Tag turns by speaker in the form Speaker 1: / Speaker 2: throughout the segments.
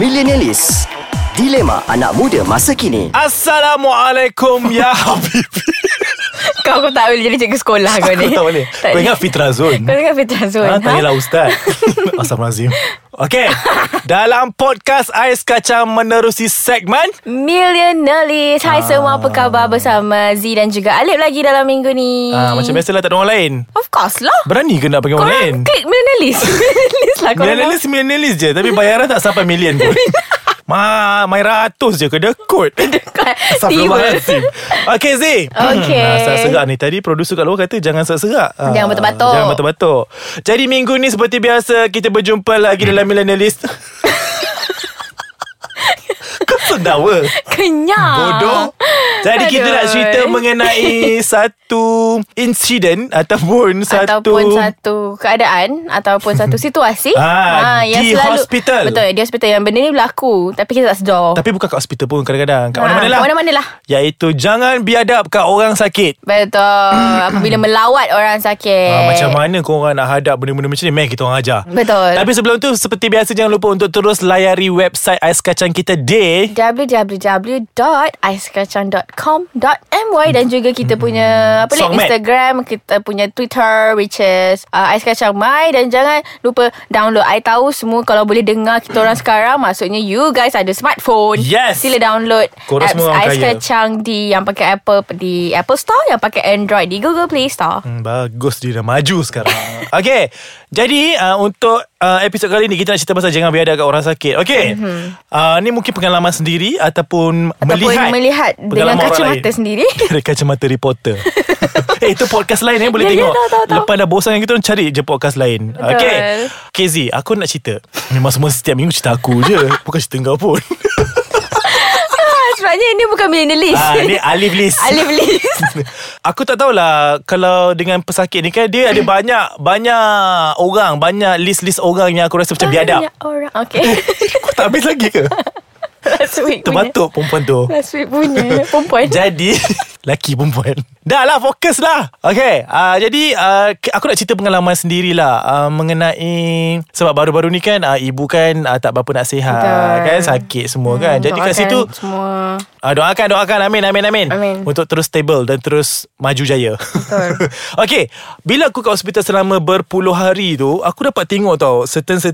Speaker 1: Millenialis Dilema anak muda masa kini
Speaker 2: Assalamualaikum ya Habibie.
Speaker 3: Kau kau tak boleh jadi cikgu sekolah kau ni.
Speaker 2: tak boleh. Kau ingat Fitra Zul?
Speaker 3: Kau ingat Fitra Zul.
Speaker 2: Ha, tanyalah ustaz. Astagfirullahalazim. Okey. Dalam podcast Ais Kacang menerusi segmen
Speaker 3: Millionaires.
Speaker 2: Ah.
Speaker 3: Hai semua, apa khabar bersama Z dan juga Alip lagi dalam minggu ni.
Speaker 2: ah, macam biasalah tak ada orang lain.
Speaker 3: Of course lah.
Speaker 2: Berani ke nak panggil orang lain?
Speaker 3: Korang klik millionaires. millionaires lah korang.
Speaker 2: Millionaires millionaires je tapi bayaran tak sampai million pun. Ma, mai ratus je ke dekut. Astagfirullahalazim. Okey Z.
Speaker 3: Okey.
Speaker 2: Nah, serak-serak ni. Tadi produser kat luar kata jangan serak-serak. Ah,
Speaker 3: Jangan batuk-batuk.
Speaker 2: Jangan batuk-batuk. Jadi minggu ni seperti biasa kita berjumpa lagi dalam Millennialist. Kau sedawa.
Speaker 3: Kenyang.
Speaker 2: Bodoh. Jadi kita
Speaker 3: Ah. Aduh.
Speaker 2: nak cerita mengenai satu insiden ataupun satu
Speaker 3: Ataupun satu keadaan Ataupun satu situasi
Speaker 2: Ah, di hospital.
Speaker 3: Betul di hospital Yang benda ni berlaku Tapi kita tak sedar
Speaker 2: Tapi bukan kat hospital pun kadang-kadang Kat
Speaker 3: Ah,
Speaker 2: mana-mana lah
Speaker 3: kat mana-mana lah.
Speaker 2: Iaitu jangan biadab kat orang sakit
Speaker 3: Betul Apabila melawat orang sakit
Speaker 2: Ha, macam mana korang nak hadap benda-benda macam ni Meh kita orang ajar
Speaker 3: Betul.
Speaker 2: Tapi sebelum tu Seperti biasa jangan lupa Untuk terus layari website Ais Kacang kita di
Speaker 3: www.aiskacang.com.my dan juga kita punya
Speaker 2: Hmm.
Speaker 3: apa ni
Speaker 2: Songmat.
Speaker 3: Instagram, kita punya Twitter which is uh, aiskacangmy dan jangan lupa download. I tahu semua kalau boleh dengar kita orang sekarang maksudnya you guys ada smartphone.
Speaker 2: Yes.
Speaker 3: Sila download
Speaker 2: Korang
Speaker 3: apps
Speaker 2: semua orang
Speaker 3: Ais
Speaker 2: kaya.
Speaker 3: Kacang di yang pakai Apple di Apple Store, yang pakai Android di Google Play Store.
Speaker 2: Hmm, bagus dia dah maju sekarang Okay Jadi uh, untuk uh, episod kali ni Kita nak cerita pasal Jangan biadab kat orang sakit Okay mm-hmm. uh, Ni mungkin pengalaman sendiri Ataupun,
Speaker 3: Mhm.
Speaker 2: melihat
Speaker 3: Ataupun melihat dengan
Speaker 2: pengalaman orang
Speaker 3: kacamata
Speaker 2: lain.
Speaker 3: sendiri.
Speaker 2: Dari kacamata reporter Eh itu podcast lain eh Boleh
Speaker 3: Ya, ya,
Speaker 2: tengok
Speaker 3: tahu, tahu, tahu.
Speaker 2: Lepas dah bosan dengan kita orang Cari je podcast lain
Speaker 3: Betul.
Speaker 2: Okay KZ aku nak cerita Memang semua setiap minggu cerita aku je Bukan cerita kau pun
Speaker 3: ah, sebenarnya ini bukan minimalist.
Speaker 2: ah, Ni Alif Lis
Speaker 3: Alif list.
Speaker 2: Aku tak tahulah Kalau dengan pesakit ni kan Dia ada banyak Banyak orang Banyak list-list orang Yang aku rasa macam biadab
Speaker 3: Banyak orang. Okay.
Speaker 2: Kau tak habis lagi ke?
Speaker 3: Last week punya.
Speaker 2: Terbatuk perempuan tu
Speaker 3: Last week punya Perempuan
Speaker 2: Jadi Laki perempuan Dah lah fokus lah Okay uh, Jadi uh, k- Aku nak cerita pengalaman sendirilah uh, Mengenai Sebab baru-baru ni kan uh, Ibu kan uh, Tak berapa nak sihat
Speaker 3: Betul.
Speaker 2: Kan sakit semua kan Jadi kat
Speaker 3: Doakan
Speaker 2: situ
Speaker 3: Semua
Speaker 2: uh, Doakan doakan Amin amin amin
Speaker 3: Amin.
Speaker 2: Untuk terus stable Dan terus maju jaya
Speaker 3: Betul.
Speaker 2: Okay Bila aku kat hospital Selama berpuluh hari tu Aku dapat tengok tau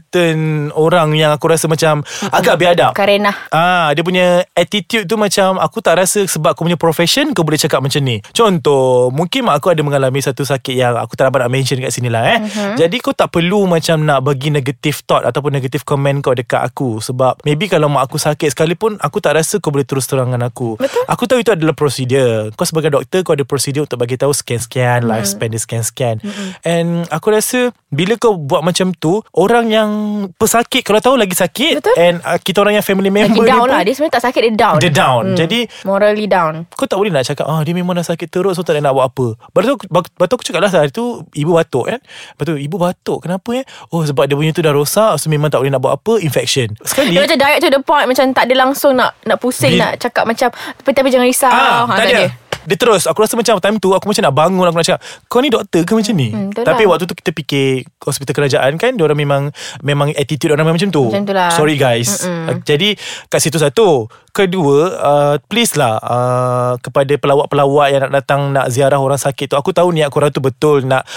Speaker 2: Certain-certain Orang yang aku rasa macam Agak biadab
Speaker 3: Karena
Speaker 2: Ah, dia punya attitude tu macam aku tak rasa sebab aku punya profession kau boleh cakap macam ni. Contoh, mungkin mak aku ada mengalami satu sakit yang aku tak dapat nak mention kat sini lah eh. Uh-huh. Jadi kau tak perlu macam nak bagi negative thought ataupun negative comment kau dekat aku sebab maybe kalau mak aku sakit sekalipun aku tak rasa kau boleh terus terang dengan aku. Betul. Aku tahu itu adalah prosedur. Kau sebagai doktor kau ada prosedur untuk bagi tahu sekian-sekian lifespan dia sekian-sekian. And aku rasa bila kau buat macam tu, orang yang pesakit kalau tahu lagi sakit
Speaker 3: Betul.
Speaker 2: and uh, kita orang yang family member
Speaker 3: Lagi
Speaker 2: member
Speaker 3: down
Speaker 2: dia
Speaker 3: lah
Speaker 2: pun
Speaker 3: Dia sebenarnya tak sakit Dia down
Speaker 2: Dia down hmm. Jadi
Speaker 3: Morally down
Speaker 2: kau tak boleh nak cakap ah dia memang dah sakit teruk so tak ada nak buat apa. Lepas tu aku- lepas tu aku cakap lah hari tu ibu batuk kan. Lepas tu ibu batuk kenapa eh? Oh sebab dia punya tu dah rosak so memang tak boleh nak buat apa infection. Sekali
Speaker 3: Dia macam direct to the point Macam tak ada langsung nak Nak pusing
Speaker 2: Dia-
Speaker 3: Nak cakap macam Tapi, tapi jangan risau
Speaker 2: ah,
Speaker 3: Ha,
Speaker 2: tak ada. Dia terus Aku rasa macam time tu Aku macam nak bangun Aku nak cakap Kau ni doktor ke macam ni
Speaker 3: betul
Speaker 2: Tapi
Speaker 3: lah.
Speaker 2: waktu tu kita fikir Hospital kerajaan kan Diorang memang Memang attitude orang memang macam tu
Speaker 3: Macam tu lah.
Speaker 2: Sorry guys Mm-mm. Jadi Kat situ satu Kedua uh, Please lah uh, Kepada pelawat-pelawat Yang nak datang Nak ziarah orang sakit tu Aku tahu niat korang tu betul Nak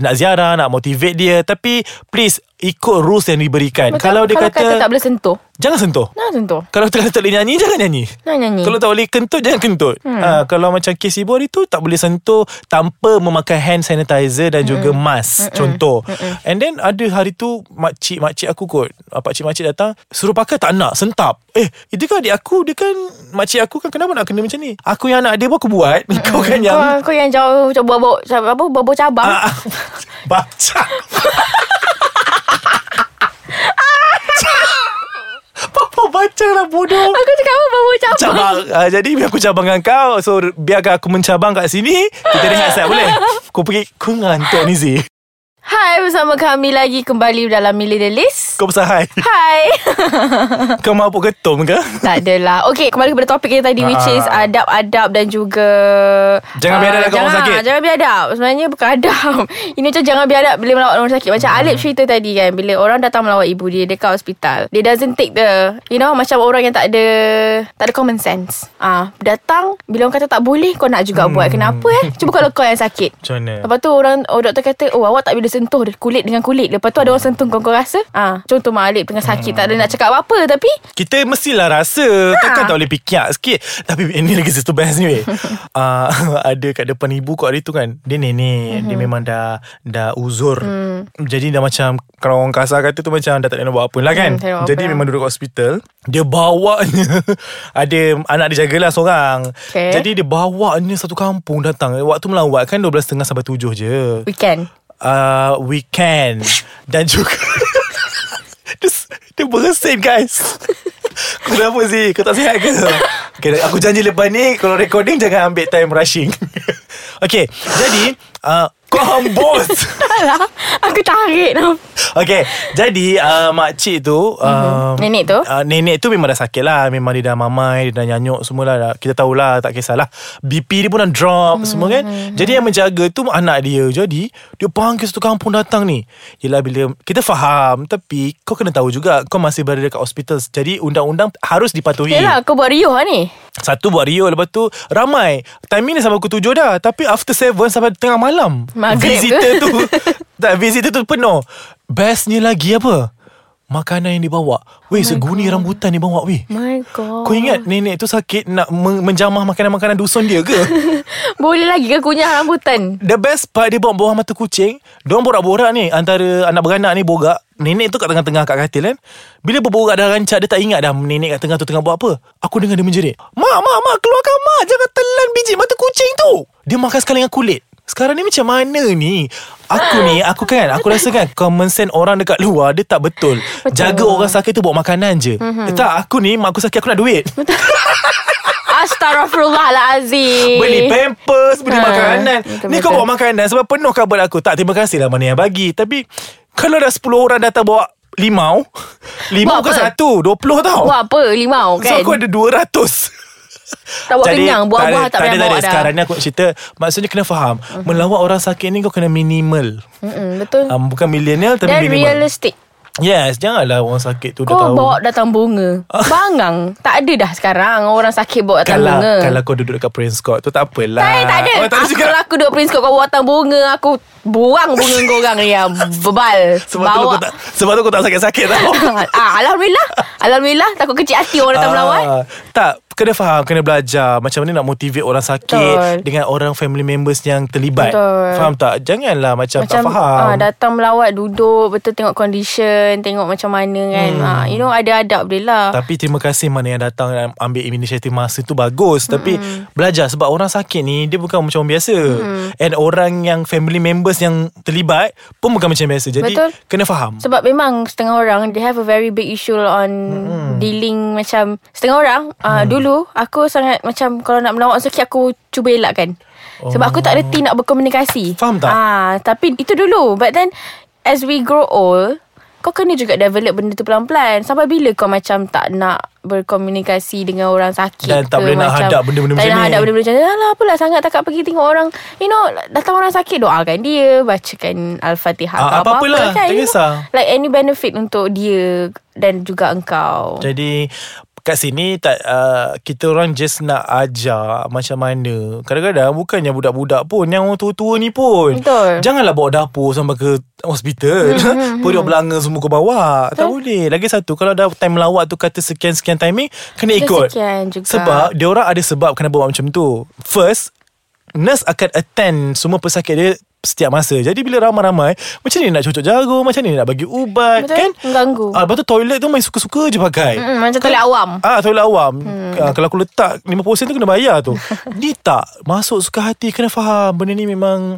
Speaker 2: nak ziarah Nak motivate dia Tapi Please Ikut rules yang diberikan
Speaker 3: Macam,
Speaker 2: Kalau dia
Speaker 3: kalau
Speaker 2: kata,
Speaker 3: tak boleh sentuh
Speaker 2: Jangan sentuh
Speaker 3: Nak sentuh
Speaker 2: kalau tak tak boleh nyanyi Jangan nyanyi
Speaker 3: Jangan nyanyi.
Speaker 2: Kalau tak boleh kentut Jangan kentut hmm. ha, Kalau macam kes ibu hari tu Tak boleh sentuh Tanpa memakai hand sanitizer Dan juga mask Contoh And then ada hari tu Makcik-makcik aku kot ah, Pakcik-makcik datang Suruh pakai tak nak Sentap Eh itu kan adik aku Dia kan Makcik aku kan Kenapa nak kena macam ni Aku yang anak dia pun aku buat Kau kan yang
Speaker 3: kau, kau yang jauh Macam buah-buah Apa Buah-buah cabang
Speaker 2: Ah, ah. Baca Papa baca lah bodoh
Speaker 3: Aku cakap apa Buah-buah cabang
Speaker 2: cabang uh, Jadi biar aku cabang dengan kau So biarkan aku mencabang kat sini Kita rehat sekejap boleh Aku pergi Aku ngantuk ni Z
Speaker 3: Hai bersama kami lagi Kembali dalam Millionaire List
Speaker 2: Kau besar hai
Speaker 3: Hai
Speaker 2: Kau mabuk ketum ke?
Speaker 3: Tak adalah Okay kembali kepada topik kita tadi Which is
Speaker 2: Ah.
Speaker 3: adab-adab dan juga
Speaker 2: Jangan
Speaker 3: ah,
Speaker 2: biadab dengan orang
Speaker 3: jangan-
Speaker 2: sakit.
Speaker 3: Jangan biadab Sebenarnya bukan adab Ini macam jangan biadab Bila melawat orang sakit Macam
Speaker 2: Hmm.
Speaker 3: Alip cerita tadi kan Bila orang datang melawat ibu dia Dekat hospital Dia doesn't take the You know Macam orang yang tak ada Tak ada common sense Ah, Datang Bila orang kata tak boleh Kau nak juga buat Kenapa eh Cuba kalau kau yang sakit
Speaker 2: Hmm. Macam mana?
Speaker 3: Lepas tu orang oh, Doktor kata Oh awak tak boleh sentuh dia- Kulit dengan kulit Lepas tu ada
Speaker 2: Hmm.
Speaker 3: orang sentuh Kau, kau rasa ah, Contoh Mak Alip tengah sakit Tak ada nak cakap apa-apa Tapi
Speaker 2: Kita mestilah rasa ha. Kan tak boleh fikir sikit Tapi ini lagi sister best ni weh uh, Ada kat depan ibu kau hari tu kan Dia nenek
Speaker 3: Mhm.
Speaker 2: Dia memang dah Dah uzur
Speaker 3: Hmm.
Speaker 2: Jadi dah macam Kalau orang kasar kata tu Macam dah tak nak buat apa lah kan
Speaker 3: Hmm, tak nak buat
Speaker 2: Jadi
Speaker 3: apa lah.
Speaker 2: memang duduk kat hospital Dia bawanya Ada Anak dia jagalah seorang
Speaker 3: Okay.
Speaker 2: Jadi dia bawanya Satu kampung datang Waktu melawat kan 12.30 sampai 7 je
Speaker 3: Weekend
Speaker 2: uh, Weekend Dan juga Dia, dia beresin guys Kenapa sih? Kau tak sihat ke? Okay, aku janji lepas ni Kalau recording Jangan ambil time rushing Okay Jadi uh, Kau hembus
Speaker 3: Alah, aku tarik tau.
Speaker 2: Okay Jadi uh, Makcik tu uh,
Speaker 3: Mhm. Nenek tu?
Speaker 2: uh, Nenek tu memang dah sakit lah Memang dia dah mamai Dia dah nyanyuk semua lah dah- Kita tahulah Tak kisahlah BP dia pun dah drop Semua kan
Speaker 3: Mhm.
Speaker 2: Jadi yang menjaga tu Anak dia Jadi Dia panggil satu kampung datang ni Yelah bila Kita faham Tapi Kau kena tahu juga Kau masih berada dekat hospital Jadi undang-undang Harus dipatuhi
Speaker 3: Yelah, kau buat riuh lah ni.
Speaker 2: Satu buat Rio Lepas tu Ramai Timing ni sampai pukul tujuh dah Tapi after seven Sampai tengah malam
Speaker 3: Maghrib ke?
Speaker 2: Visitor tu tak, Visitor tu penuh Bestnya lagi apa Makanan yang dibawa Weh
Speaker 3: Oh
Speaker 2: seguni rambutan dibawa weh
Speaker 3: My God.
Speaker 2: Kau ingat
Speaker 3: Oh.
Speaker 2: nenek tu sakit Nak men- menjamah makanan-makanan dusun dia ke
Speaker 3: Boleh lagi ke kunyah rambutan?
Speaker 2: The best part Dia bawa bawah mata kucing Diorang borak-borak ni Antara anak beranak ni borak Nenek tu kat tengah-tengah kat katil kan Bila berborak dah rancak Dia tak ingat dah Nenek kat tengah tu tengah buat apa Aku dengar dia menjerit Mak, mak, mak Keluarkan mak Jangan telan biji mata kucing tu Dia makan sekali dengan kulit sekarang ni macam mana ni Aku ni Aku kan Aku rasa kan Common sense orang dekat luar Dia tak betul,
Speaker 3: Betul.
Speaker 2: Jaga orang sakit tu Bawa makanan je mm-hmm. Tak aku ni Mak aku sakit aku nak duit
Speaker 3: Astaghfirullahalazim.
Speaker 2: Beli pampers Beli
Speaker 3: Ha,
Speaker 2: makanan
Speaker 3: betul-betul.
Speaker 2: Ni kau bawa makanan Sebab penuh kabel aku Tak terima kasih lah Mana yang bagi Tapi Kalau dah 10 orang datang bawa Limau Limau
Speaker 3: Buat
Speaker 2: bukan
Speaker 3: apa?
Speaker 2: satu 20 tau
Speaker 3: Buat apa limau
Speaker 2: So
Speaker 3: kan?
Speaker 2: aku ada 200
Speaker 3: tak buat kenyang. Buah-buah tak, payah
Speaker 2: ada, ada.
Speaker 3: bawa dah. Mhm.
Speaker 2: Sekarang ni aku nak cerita Maksudnya kena faham Melawat orang sakit ni Kau kena minimal
Speaker 3: Mm-mm, betul.
Speaker 2: um, Bukan millennial Tapi
Speaker 3: Dan
Speaker 2: minimal
Speaker 3: realistic.
Speaker 2: Yes Janganlah orang sakit tu dah
Speaker 3: Kau
Speaker 2: tahu Ah.
Speaker 3: bawa datang bunga. Bangang. Tak ada dah sekarang orang sakit bawa datang
Speaker 2: kalau,
Speaker 3: bunga.
Speaker 2: kalau kau duduk dekat Prince Court tu tak apalah
Speaker 3: Tak, tak ada.
Speaker 2: oh, tak ada
Speaker 3: aku, lah.
Speaker 2: juga
Speaker 3: kalau aku duduk Prince Court, kau bawa datang bunga, aku buang bunga kau orang ni. yang Bebal.
Speaker 2: sebab tu,
Speaker 3: bawa.
Speaker 2: aku tak, sebab tu aku tak sakit-sakit tau
Speaker 3: ah, Alhamdulillah Alhamdulillah Takut kecil hati orang datang melawat
Speaker 2: Ah, Tak Kena faham Kena belajar Macam mana nak motivate orang sakit
Speaker 3: Betul.
Speaker 2: Dengan orang family members yang terlibat
Speaker 3: Betul.
Speaker 2: Faham tak? Janganlah macam, macam tak faham
Speaker 3: ah, Datang melawat Duduk Betul tengok condition Tengok macam mana kan hmm. ah, You know ada adab dia lah
Speaker 2: Tapi terima kasih mana yang datang dan ambil inisiatif masa tu bagus. Tapi
Speaker 3: Hmm.
Speaker 2: belajar sebab orang sakit ni dia bukan macam orang biasa. And orang yang family members yang terlibat pun bukan macam biasa. Jadi
Speaker 3: Betul.
Speaker 2: kena faham.
Speaker 3: Sebab memang setengah orang They have a very big issue on hmm. Dealing macam Setengah orang
Speaker 2: Hmm.
Speaker 3: uh, Dulu Aku sangat macam Kalau nak melawat orang sakit Aku cuba elakkan oh. Sebab aku tak reti nak berkomunikasi
Speaker 2: Faham tak?
Speaker 3: Ah, Tapi itu dulu But then As we grow old Kau kena juga develop benda tu pelan-pelan Sampai bila kau macam tak nak Berkomunikasi dengan orang sakit
Speaker 2: Dan tak
Speaker 3: ke,
Speaker 2: boleh nak
Speaker 3: macam,
Speaker 2: hadap benda-benda
Speaker 3: tak
Speaker 2: macam
Speaker 3: nak
Speaker 2: ni.
Speaker 3: hadap benda macam ni Alah apalah sangat takkan pergi tengok orang You know Datang orang sakit doakan dia Bacakan Al-Fatihah
Speaker 2: Ah,
Speaker 3: atau apa-apa
Speaker 2: apa-apalah,
Speaker 3: kan,
Speaker 2: tak
Speaker 3: you know?
Speaker 2: kisah.
Speaker 3: Like any benefit untuk dia dan juga engkau.
Speaker 2: Jadi kat sini tak uh, kita orang just nak ajar macam mana. Kadang-kadang bukannya budak-budak pun yang orang tua-tua ni pun.
Speaker 3: Betul. Hmm,
Speaker 2: Janganlah bawa dapur sampai ke hospital. Pun belanga semua kau bawa. Tak boleh. Lagi satu kalau dah time melawat tu kata sekian-sekian timing kena
Speaker 3: Kena
Speaker 2: ikut.
Speaker 3: sekian juga.
Speaker 2: Sebab dia orang ada sebab kenapa buat macam tu. First nurse akan attend semua pesakit dia setiap masa. Jadi bila ramai-ramai, macam ni nak cucuk jarum, macam ni nak bagi ubat,
Speaker 3: Betul,
Speaker 2: kan?
Speaker 3: mengganggu.
Speaker 2: Ah, lepas tu toilet tu main suka-suka je pakai.
Speaker 3: Mm, macam toilet awam.
Speaker 2: Ah toilet awam hmm. ah, Kalau aku letak 50% tu kena bayar tu Ni tak Masuk suka hati Kena faham Benda ni memang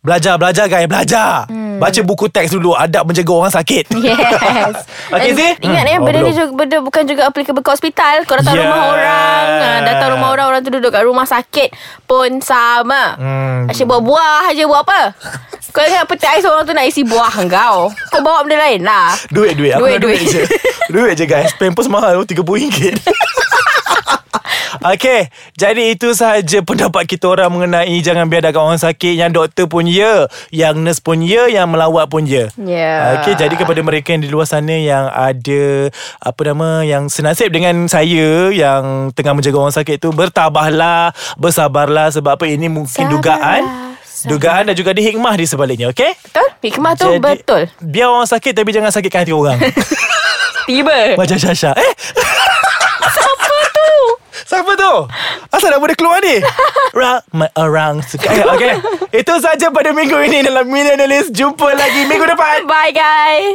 Speaker 2: Belajar Belajar guys Belajar hmm. Baca buku teks dulu Adab menjaga orang sakit
Speaker 3: Yes
Speaker 2: Okay,
Speaker 3: Dan
Speaker 2: Zee?
Speaker 3: Ingat
Speaker 2: Hmm.
Speaker 3: eh
Speaker 2: Oh,
Speaker 3: Benda ni
Speaker 2: belum.
Speaker 3: juga, benda bukan juga Applicable ke hospital Kau datang
Speaker 2: Yeah.
Speaker 3: rumah orang ah, Datang rumah orang Orang tu duduk kat rumah sakit Pun sama
Speaker 2: Hmm.
Speaker 3: Asyik buah-buah Aja buat apa Kau ingat peti ais orang tu nak isi buah kau Kau bawa benda lain lah
Speaker 2: Duit duit Aku
Speaker 3: Duit,
Speaker 2: nak duit,
Speaker 3: duit.
Speaker 2: je Duit je guys Pampers mahal RM30 Okay Jadi itu sahaja pendapat kita orang Mengenai jangan biarkan orang sakit Yang doktor pun ya Yang nurse pun ya Yang melawat pun ya
Speaker 3: Ya.
Speaker 2: Okay jadi kepada mereka yang di luar sana Yang ada Apa nama Yang senasib dengan saya Yang tengah menjaga orang sakit tu Bertabahlah Bersabarlah Sebab apa ini mungkin
Speaker 3: Sabarlah,
Speaker 2: dugaan
Speaker 3: sabar.
Speaker 2: Dugaan dan juga ada hikmah di sebaliknya Okay
Speaker 3: Betul? Hikmah tu
Speaker 2: Jadi,
Speaker 3: betul
Speaker 2: Biar orang sakit Tapi jangan sakitkan hati orang
Speaker 3: Tiba
Speaker 2: Macam Syasha Eh Siapa tu? Asal dah boleh keluar ni? Ramai orang suka Eh, Okay Itu saja pada minggu ini Dalam Millionaires Jumpa lagi minggu depan
Speaker 3: Bye guys